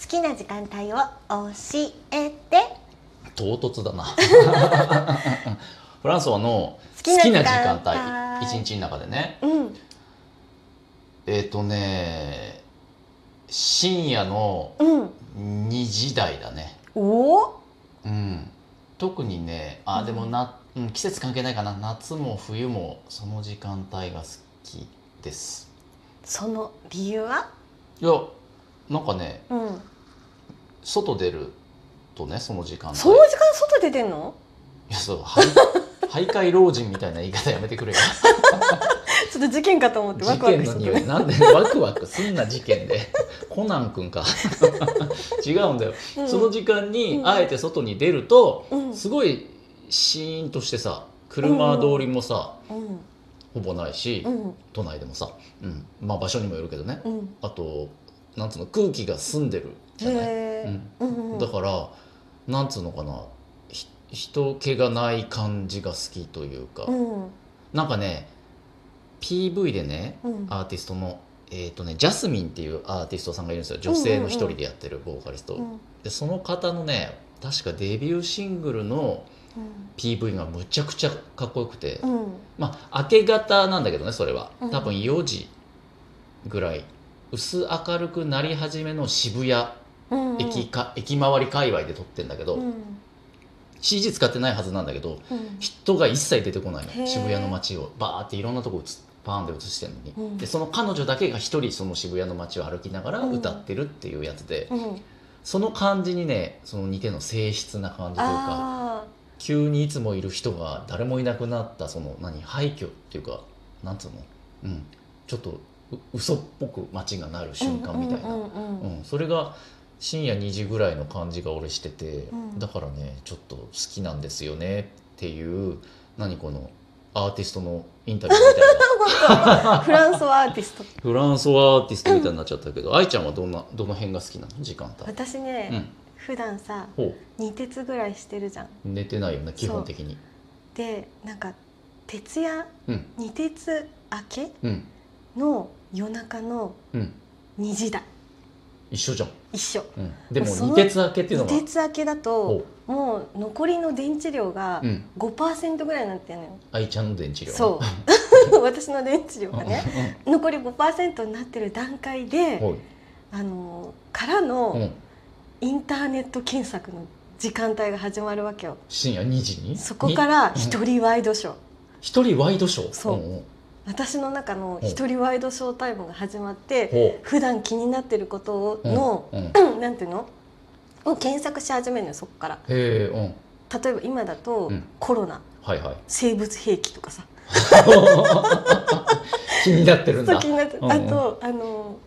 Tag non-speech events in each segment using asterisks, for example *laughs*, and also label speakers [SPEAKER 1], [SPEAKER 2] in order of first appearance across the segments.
[SPEAKER 1] 好きな時間帯を教えて
[SPEAKER 2] 唐突だなフランソワの好
[SPEAKER 1] 好
[SPEAKER 2] き
[SPEAKER 1] き
[SPEAKER 2] な
[SPEAKER 1] な
[SPEAKER 2] 時
[SPEAKER 1] 時間
[SPEAKER 2] 間
[SPEAKER 1] 帯
[SPEAKER 2] 帯一日の中でね
[SPEAKER 1] うん
[SPEAKER 2] えっ、とね深夜の
[SPEAKER 1] うん
[SPEAKER 2] 2時台だね
[SPEAKER 1] おお
[SPEAKER 2] うん特にねあでもな、うん、季節関係ないかな夏も冬もその時間帯が好きです
[SPEAKER 1] その理由はい
[SPEAKER 2] やなんかね
[SPEAKER 1] うん
[SPEAKER 2] 外出るとねその時間帯
[SPEAKER 1] その時間外出てんの
[SPEAKER 2] いやそうはい *laughs* 徘徊老人みたいな言い方やめてくれよ
[SPEAKER 1] ちょっと事件かと思ってワ
[SPEAKER 2] 事
[SPEAKER 1] クワ
[SPEAKER 2] 件
[SPEAKER 1] クし
[SPEAKER 2] の匂
[SPEAKER 1] て
[SPEAKER 2] いなんでワクワクすんな事件で *laughs* コナン君か *laughs* 違うんだよ、
[SPEAKER 1] うん
[SPEAKER 2] その時間に
[SPEAKER 1] うん
[SPEAKER 2] あえて外に出ると、
[SPEAKER 1] うん
[SPEAKER 2] すごいシーンとしてさ車通りもさ、
[SPEAKER 1] うん
[SPEAKER 2] ほぼないし、
[SPEAKER 1] うん
[SPEAKER 2] 都内でもさ、うん、まあ場所にもよるけどね
[SPEAKER 1] うん
[SPEAKER 2] あとなんつうの空気が澄んでるじゃない、
[SPEAKER 1] へえうんうん
[SPEAKER 2] だからなんつうのかなひ人気がない感じが好きというか、
[SPEAKER 1] うん
[SPEAKER 2] なんかね PV でね
[SPEAKER 1] うん
[SPEAKER 2] アーティストの、えーとね、ジャスミンっていうアーティストさんがいるんですよ女性の一人でやってるボーカリスト、
[SPEAKER 1] うん
[SPEAKER 2] でその方のね確かデビューシングルの PV がむちゃくちゃかっこよくて、
[SPEAKER 1] うんうん
[SPEAKER 2] まあ明け方なんだけどねそれは
[SPEAKER 1] うん
[SPEAKER 2] 多分4時ぐらい薄明るくなり始めの渋谷
[SPEAKER 1] うん
[SPEAKER 2] 駅か、駅周り界隈で撮ってんだけど、
[SPEAKER 1] うん
[SPEAKER 2] CG 使ってないはずなんだけど
[SPEAKER 1] うん
[SPEAKER 2] 人が一切出てこない
[SPEAKER 1] へ
[SPEAKER 2] の
[SPEAKER 1] ー
[SPEAKER 2] 渋谷の街をバーっていろんなとこ映すパーンで映してるのに、
[SPEAKER 1] うん
[SPEAKER 2] でその彼女だけが一人その渋谷の街を歩きながら
[SPEAKER 1] うん
[SPEAKER 2] 歌ってるっていうやつで、
[SPEAKER 1] うん
[SPEAKER 2] その感じにねその似ての静質な感じというか
[SPEAKER 1] あ
[SPEAKER 2] 急にいつもいる人が誰もいなくなったその何廃墟っていうかなんつうの、うん、ちょっとう嘘っぽく街がなる
[SPEAKER 1] ー
[SPEAKER 2] 瞬間みたいな、
[SPEAKER 1] う
[SPEAKER 2] うん
[SPEAKER 1] うんう
[SPEAKER 2] ん
[SPEAKER 1] んうん
[SPEAKER 2] それが深夜2時ぐらいの感じが俺してて、
[SPEAKER 1] うん
[SPEAKER 2] だからねちょっと好きなんですよねっていう何このアーティストのインタビューみたいな。
[SPEAKER 1] *laughs* フランスはアーティスト
[SPEAKER 2] フランソワアーティストみたいになっちゃったけど、愛ちゃんはどんなどの辺が好きなの時間帯。
[SPEAKER 1] 私ね、
[SPEAKER 2] うん。
[SPEAKER 1] 普段さ
[SPEAKER 2] ほ
[SPEAKER 1] 二鉄ぐらいしてるじゃん
[SPEAKER 2] う寝てないよね基本的に。
[SPEAKER 1] でなんか徹夜
[SPEAKER 2] うん
[SPEAKER 1] 二鉄明け
[SPEAKER 2] うん
[SPEAKER 1] の夜中の
[SPEAKER 2] うん
[SPEAKER 1] 2時だ
[SPEAKER 2] 一緒じゃん。
[SPEAKER 1] 一緒
[SPEAKER 2] うん。でも
[SPEAKER 1] もうその
[SPEAKER 2] 二鉄明けっていうの
[SPEAKER 1] 二
[SPEAKER 2] は。
[SPEAKER 1] 鉄明けだと
[SPEAKER 2] ほ
[SPEAKER 1] もう残りの電池量が
[SPEAKER 2] う。うん。
[SPEAKER 1] 5%ぐらいになってんのよ、
[SPEAKER 2] 愛ちゃんの電池量。
[SPEAKER 1] そう
[SPEAKER 2] *laughs*
[SPEAKER 1] 私の電池量がね
[SPEAKER 2] ね。
[SPEAKER 1] 残り5%になってる段階で、
[SPEAKER 2] ほ
[SPEAKER 1] あのから
[SPEAKER 2] い。う
[SPEAKER 1] の
[SPEAKER 2] ん。
[SPEAKER 1] インターネット検索の時間帯が始まるわけよ
[SPEAKER 2] 深夜二時に。
[SPEAKER 1] そこから
[SPEAKER 2] に
[SPEAKER 1] 一人ワイドショー、
[SPEAKER 2] 一人ワイドショー。
[SPEAKER 1] そうん
[SPEAKER 2] ん
[SPEAKER 1] 私の中の一人ワイドショータイムが始まって
[SPEAKER 2] ほ
[SPEAKER 1] 普段気になってることを
[SPEAKER 2] う。うん
[SPEAKER 1] の、
[SPEAKER 2] うん。へ
[SPEAKER 1] *clears throat* なんていうのを検索し始めるのよそこから
[SPEAKER 2] え。うん。
[SPEAKER 1] 例えば今だと、
[SPEAKER 2] うん
[SPEAKER 1] コロナ
[SPEAKER 2] はいはい。
[SPEAKER 1] 生物兵器とかさ
[SPEAKER 2] 気になってるん
[SPEAKER 1] そう
[SPEAKER 2] だ
[SPEAKER 1] 気。になって
[SPEAKER 2] うんうん
[SPEAKER 1] あとあの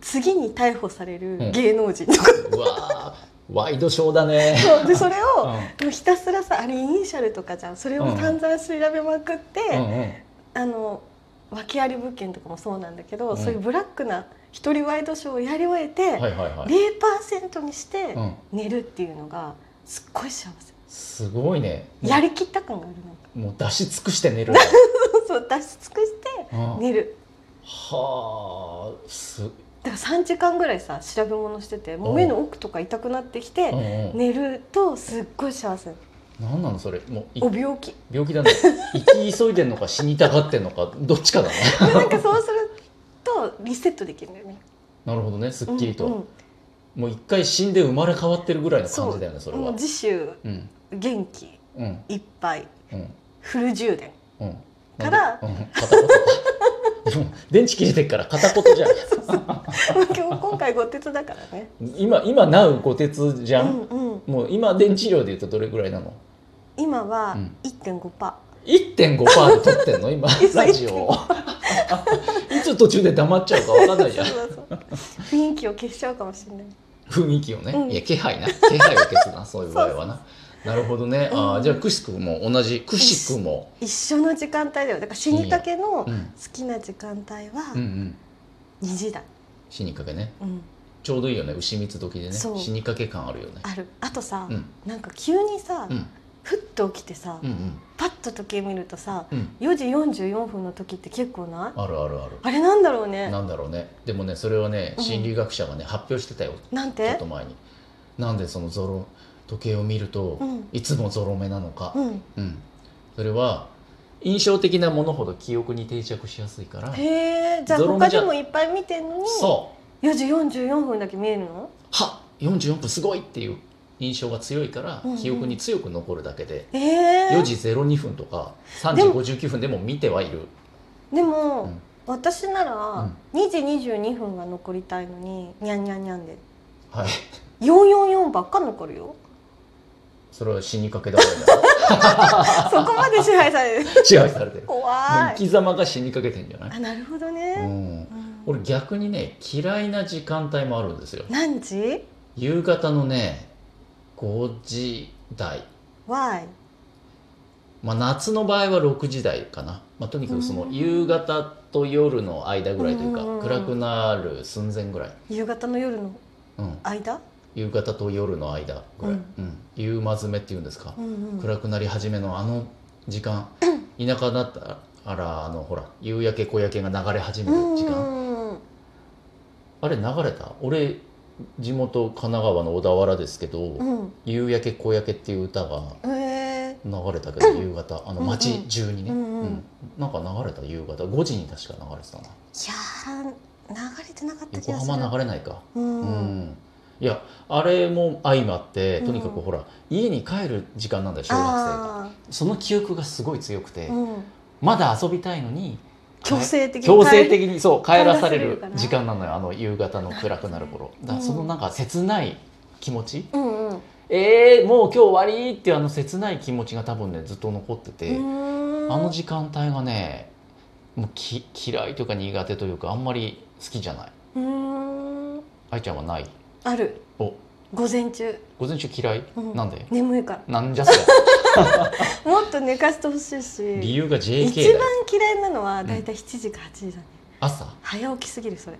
[SPEAKER 1] 次に逮捕され
[SPEAKER 2] う
[SPEAKER 1] る
[SPEAKER 2] ん
[SPEAKER 1] 芸能人とか、
[SPEAKER 2] うわー。ワイドショーだね。 *laughs*
[SPEAKER 1] そうでそれ
[SPEAKER 2] う
[SPEAKER 1] を、
[SPEAKER 2] ん
[SPEAKER 1] もうひたすらさあれイニシャルとかじゃんそれを散々調べまくって、
[SPEAKER 2] うんうん。
[SPEAKER 1] あの訳あり物件とかもそうなんだけど、
[SPEAKER 2] うん
[SPEAKER 1] そういうブラックな一人ワイドショーをやり終えて、
[SPEAKER 2] はいはいはい。
[SPEAKER 1] 0%にして
[SPEAKER 2] うん。
[SPEAKER 1] 寝るっていうのがすっごい幸せ、
[SPEAKER 2] すごいね。
[SPEAKER 1] やりきった感があるなんか
[SPEAKER 2] もう出し尽くして寝る。
[SPEAKER 1] *laughs* そう出し尽くして
[SPEAKER 2] うん
[SPEAKER 1] 寝る
[SPEAKER 2] はあ、す、うん
[SPEAKER 1] だから3時間ぐらいさ調べ物しててもう目の奥とか痛くなってきて、
[SPEAKER 2] うん、
[SPEAKER 1] 寝るとすっごい幸せ
[SPEAKER 2] なんなのそれ、もうい
[SPEAKER 1] お病
[SPEAKER 2] *laughs*
[SPEAKER 1] 気
[SPEAKER 2] 病
[SPEAKER 1] *laughs*
[SPEAKER 2] 気だね。生き急いでんのか死にたがってんのかどっちか
[SPEAKER 1] *laughs*
[SPEAKER 2] だね。
[SPEAKER 1] でなんかそうするとリセットできるんだよね
[SPEAKER 2] なるほどね、すっきりと、
[SPEAKER 1] うんうん
[SPEAKER 2] もう一回死んで生まれ変わってるぐらいの感じだよね、それ
[SPEAKER 1] も
[SPEAKER 2] は
[SPEAKER 1] う。次週
[SPEAKER 2] うん、
[SPEAKER 1] 元気
[SPEAKER 2] うん、
[SPEAKER 1] いっぱい
[SPEAKER 2] うん、
[SPEAKER 1] フル充
[SPEAKER 2] *laughs*
[SPEAKER 1] 電
[SPEAKER 2] うん。
[SPEAKER 1] から
[SPEAKER 2] うん、片
[SPEAKER 1] *laughs*
[SPEAKER 2] 言か。でも電池切れてっから片言じゃん。
[SPEAKER 1] 今日今回ご鉄だからね
[SPEAKER 2] 今今なうご鉄じゃ。
[SPEAKER 1] うんんうん
[SPEAKER 2] もう今電池量で言うとどれぐらいなの？
[SPEAKER 1] 今は
[SPEAKER 2] うん
[SPEAKER 1] 1.5%、
[SPEAKER 2] 1.5%で撮ってん
[SPEAKER 1] *laughs*
[SPEAKER 2] の今
[SPEAKER 1] 嘘
[SPEAKER 2] ラジオをいつ途中で黙っちゃうか分かんないじゃん *laughs*
[SPEAKER 1] そうそう雰囲気を消しちゃうかもしれない
[SPEAKER 2] 雰囲気をね、
[SPEAKER 1] うん
[SPEAKER 2] いや気配な気配を消す
[SPEAKER 1] *laughs*
[SPEAKER 2] なそういう場合はななるほどね、あ
[SPEAKER 1] う
[SPEAKER 2] ー
[SPEAKER 1] ん
[SPEAKER 2] じゃあくしくも同じくしくも、
[SPEAKER 1] 一緒の時間帯だよだから死にかけの
[SPEAKER 2] う
[SPEAKER 1] 好
[SPEAKER 2] ん、
[SPEAKER 1] きな時間帯
[SPEAKER 2] うんう
[SPEAKER 1] は
[SPEAKER 2] ん
[SPEAKER 1] 2時だ、
[SPEAKER 2] 死にかけね
[SPEAKER 1] うん、
[SPEAKER 2] ちょうどいいよね牛蜜時でね
[SPEAKER 1] そう
[SPEAKER 2] 死にかけ感あるよね
[SPEAKER 1] あるあとさ、
[SPEAKER 2] うん
[SPEAKER 1] なんか急にさ、
[SPEAKER 2] うん
[SPEAKER 1] ふっと起きてさ、
[SPEAKER 2] うんうん
[SPEAKER 1] パッと時計見るとさ
[SPEAKER 2] うん
[SPEAKER 1] 4時44分の時って結構ない
[SPEAKER 2] あるあるある
[SPEAKER 1] あれなんだろうねな
[SPEAKER 2] なんだろうねでもねそれはね
[SPEAKER 1] うん
[SPEAKER 2] 心理学者がね発表してたよ
[SPEAKER 1] ん
[SPEAKER 2] ちょってと前になんでそのゾロ時計を見ると
[SPEAKER 1] うん
[SPEAKER 2] いつもゾロ目なのか
[SPEAKER 1] うん
[SPEAKER 2] うんそれは印象的なものほど記憶に定着しやすいから
[SPEAKER 1] へえじゃあ
[SPEAKER 2] ゾロ目
[SPEAKER 1] 他
[SPEAKER 2] じゃ
[SPEAKER 1] でもいっぱい見てんのに
[SPEAKER 2] そう
[SPEAKER 1] 4時44分だけ見えるの
[SPEAKER 2] はっ44分すごいっていう印象が強いから
[SPEAKER 1] うんうん
[SPEAKER 2] 記憶に強く残るだけで
[SPEAKER 1] ええ
[SPEAKER 2] 4時02分とか3
[SPEAKER 1] でも
[SPEAKER 2] 時59分でも見てはいる
[SPEAKER 1] でも、
[SPEAKER 2] うん
[SPEAKER 1] 私な
[SPEAKER 2] う
[SPEAKER 1] ら
[SPEAKER 2] ん
[SPEAKER 1] 2時22分が残りたいのににゃんにゃんにゃんで
[SPEAKER 2] はい
[SPEAKER 1] 444ばっか残るよ
[SPEAKER 2] それは死にかけだからだ
[SPEAKER 1] そこまで支配され
[SPEAKER 2] *laughs*
[SPEAKER 1] る
[SPEAKER 2] 支配されてるもう
[SPEAKER 1] 怖
[SPEAKER 2] 生
[SPEAKER 1] い
[SPEAKER 2] き様が死にかけてんじゃない
[SPEAKER 1] *laughs* あなるほど
[SPEAKER 2] う
[SPEAKER 1] ね、う
[SPEAKER 2] ん
[SPEAKER 1] ん
[SPEAKER 2] 俺逆にね嫌いな時間帯もあるんですよ
[SPEAKER 1] 何時
[SPEAKER 2] 夕方のね5時台
[SPEAKER 1] ?Why?
[SPEAKER 2] まあ夏の場合は6時台かな、まあ、とにかくその夕方と夜の間ぐらいというか、
[SPEAKER 1] うんうんうん
[SPEAKER 2] 暗くなる寸前ぐらい、
[SPEAKER 1] 夕方の夜の
[SPEAKER 2] うん、
[SPEAKER 1] 間、
[SPEAKER 2] 夕方と夜の間ぐらい、
[SPEAKER 1] うん
[SPEAKER 2] うん夕まずめっていうんですか、
[SPEAKER 1] うんうん、
[SPEAKER 2] 暗くなり始めのあの時間、田舎だったらあのほら夕焼け小焼けが流れ始める時
[SPEAKER 1] う
[SPEAKER 2] 間、
[SPEAKER 1] んうん
[SPEAKER 2] あれ流れた俺地元神奈川の小田原ですけど、
[SPEAKER 1] うん
[SPEAKER 2] 夕焼け小焼けっていう歌が
[SPEAKER 1] うんえ
[SPEAKER 2] 流れたけど夕方あ
[SPEAKER 1] うん
[SPEAKER 2] の
[SPEAKER 1] うん
[SPEAKER 2] 街中にね、
[SPEAKER 1] うんうん
[SPEAKER 2] なんか流れた夕方5時に確か流れてたな
[SPEAKER 1] ー、いやー流れてなかった気
[SPEAKER 2] 横
[SPEAKER 1] がする
[SPEAKER 2] 浜流れないか
[SPEAKER 1] うん
[SPEAKER 2] う
[SPEAKER 1] うん
[SPEAKER 2] んいやあれも相まってとにか
[SPEAKER 1] う
[SPEAKER 2] く
[SPEAKER 1] ん
[SPEAKER 2] ほら家に帰る時間なんだよ小学生が
[SPEAKER 1] あ
[SPEAKER 2] その記憶がすごい強くて、
[SPEAKER 1] ーうん、
[SPEAKER 2] まだ遊びたいのに
[SPEAKER 1] 強制的に
[SPEAKER 2] 強制的にそう帰らさ
[SPEAKER 1] 帰らされ
[SPEAKER 2] れ
[SPEAKER 1] る
[SPEAKER 2] る
[SPEAKER 1] から
[SPEAKER 2] 時間なのよあの夕方の暗くなる頃だからそのなんか切ない気持ち、
[SPEAKER 1] うんうん
[SPEAKER 2] えー、もう今日終わりっていうあの切ない気持ちが多分ねずっと残ってて、あの
[SPEAKER 1] の
[SPEAKER 2] 時間帯がねもうき嫌いというか苦手というかあんまり好きじゃない
[SPEAKER 1] うん
[SPEAKER 2] 愛ちゃんはない
[SPEAKER 1] ある
[SPEAKER 2] お
[SPEAKER 1] 午前中、
[SPEAKER 2] 午前中嫌い、
[SPEAKER 1] うん
[SPEAKER 2] なんで
[SPEAKER 1] 眠いか
[SPEAKER 2] なんじゃそり
[SPEAKER 1] *laughs* らもっと寝かしてほしい
[SPEAKER 2] ゃ理
[SPEAKER 1] し
[SPEAKER 2] 由が
[SPEAKER 1] 一
[SPEAKER 2] JK だ
[SPEAKER 1] 番
[SPEAKER 2] よ
[SPEAKER 1] 嫌いなのは
[SPEAKER 2] ん
[SPEAKER 1] だいたい7時か8時だね、
[SPEAKER 2] 朝
[SPEAKER 1] 早起きすぎるそれ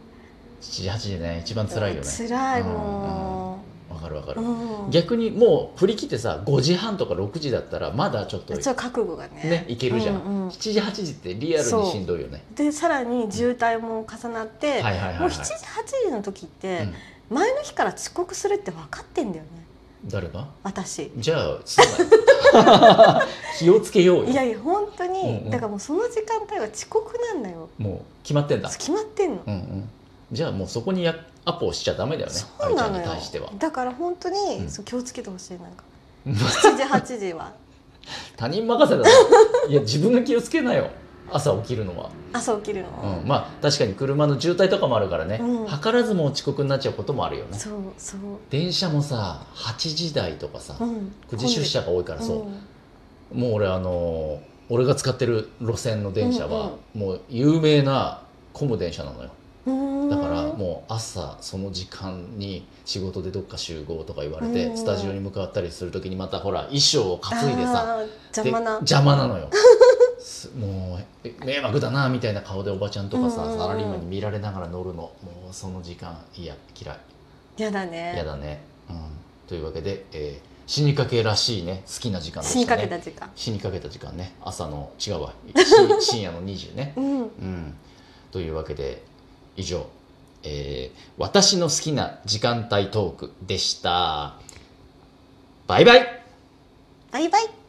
[SPEAKER 2] 78時でね一番辛いよね
[SPEAKER 1] 辛いも
[SPEAKER 2] わかるわか
[SPEAKER 1] う、
[SPEAKER 2] る、
[SPEAKER 1] うん
[SPEAKER 2] 逆にもう振り切ってさ5時半とか6時だったらまだちょっと
[SPEAKER 1] ちょっと覚悟がね
[SPEAKER 2] ねいけるじゃん、
[SPEAKER 1] うんうん
[SPEAKER 2] 7時8時ってリアルにしんどいよね
[SPEAKER 1] でさらに渋滞も重なって、
[SPEAKER 2] はいはいはい、はい、
[SPEAKER 1] もう7時8時の時って、前の日から遅刻するって分かってんだよね
[SPEAKER 2] うん誰が
[SPEAKER 1] 私
[SPEAKER 2] じゃあすまん *laughs* 気をつけようよ
[SPEAKER 1] いやいや本当に、
[SPEAKER 2] うんうん
[SPEAKER 1] だからもうその時間帯は遅刻なんだよ
[SPEAKER 2] もう決まってんだ
[SPEAKER 1] 決まってんの、
[SPEAKER 2] うんうんじゃあもうそこにやアポをしちゃダメだよね
[SPEAKER 1] そう
[SPEAKER 2] 愛ちゃ
[SPEAKER 1] なんの
[SPEAKER 2] に
[SPEAKER 1] よ
[SPEAKER 2] 対しては
[SPEAKER 1] だから本当に、
[SPEAKER 2] うん
[SPEAKER 1] そう気をつけてほしいなんか7時8時
[SPEAKER 2] *laughs*
[SPEAKER 1] は
[SPEAKER 2] 他人任
[SPEAKER 1] *laughs*
[SPEAKER 2] せだないや自分が気をつけなよ朝起きるのは、
[SPEAKER 1] 朝起きるの、
[SPEAKER 2] うん、まあ確かに車の渋滞とかもあるからね、
[SPEAKER 1] うん
[SPEAKER 2] 図らずも遅刻になっちゃうこともあるよね
[SPEAKER 1] そうそう、
[SPEAKER 2] 電車もさ8時台とかさ
[SPEAKER 1] うん、
[SPEAKER 2] 9時出社が多いから
[SPEAKER 1] 混んでる
[SPEAKER 2] そう、もう俺あのー俺が使ってる路線の電車はもう有名な混む電車なのよ
[SPEAKER 1] うん、
[SPEAKER 2] だから
[SPEAKER 1] う
[SPEAKER 2] もう朝その時間に仕事でどっか集合とか言われて、
[SPEAKER 1] うん
[SPEAKER 2] スタジオに向かったりする時にまたほら衣装を担いで
[SPEAKER 1] あ
[SPEAKER 2] さ
[SPEAKER 1] ー
[SPEAKER 2] で
[SPEAKER 1] 邪魔な
[SPEAKER 2] 邪魔なのよすもうえ迷惑だなみたいな顔でおばちゃんとか
[SPEAKER 1] う
[SPEAKER 2] さ、
[SPEAKER 1] んうんうん
[SPEAKER 2] サラリーマンに見られながら乗るのもうその時間いや嫌い
[SPEAKER 1] 嫌だね
[SPEAKER 2] 嫌だね、うん、というわけで、えー死にかけらしいね好きな時間で
[SPEAKER 1] 死に
[SPEAKER 2] し
[SPEAKER 1] か
[SPEAKER 2] た
[SPEAKER 1] け
[SPEAKER 2] ね
[SPEAKER 1] た時間
[SPEAKER 2] 死にかけた時間ね朝の違うわし
[SPEAKER 1] *laughs*
[SPEAKER 2] 深夜の20ね
[SPEAKER 1] うん
[SPEAKER 2] うん、というわけで以上、えー私の好きな時間帯トーク」でした。バイバイ
[SPEAKER 1] バイバイ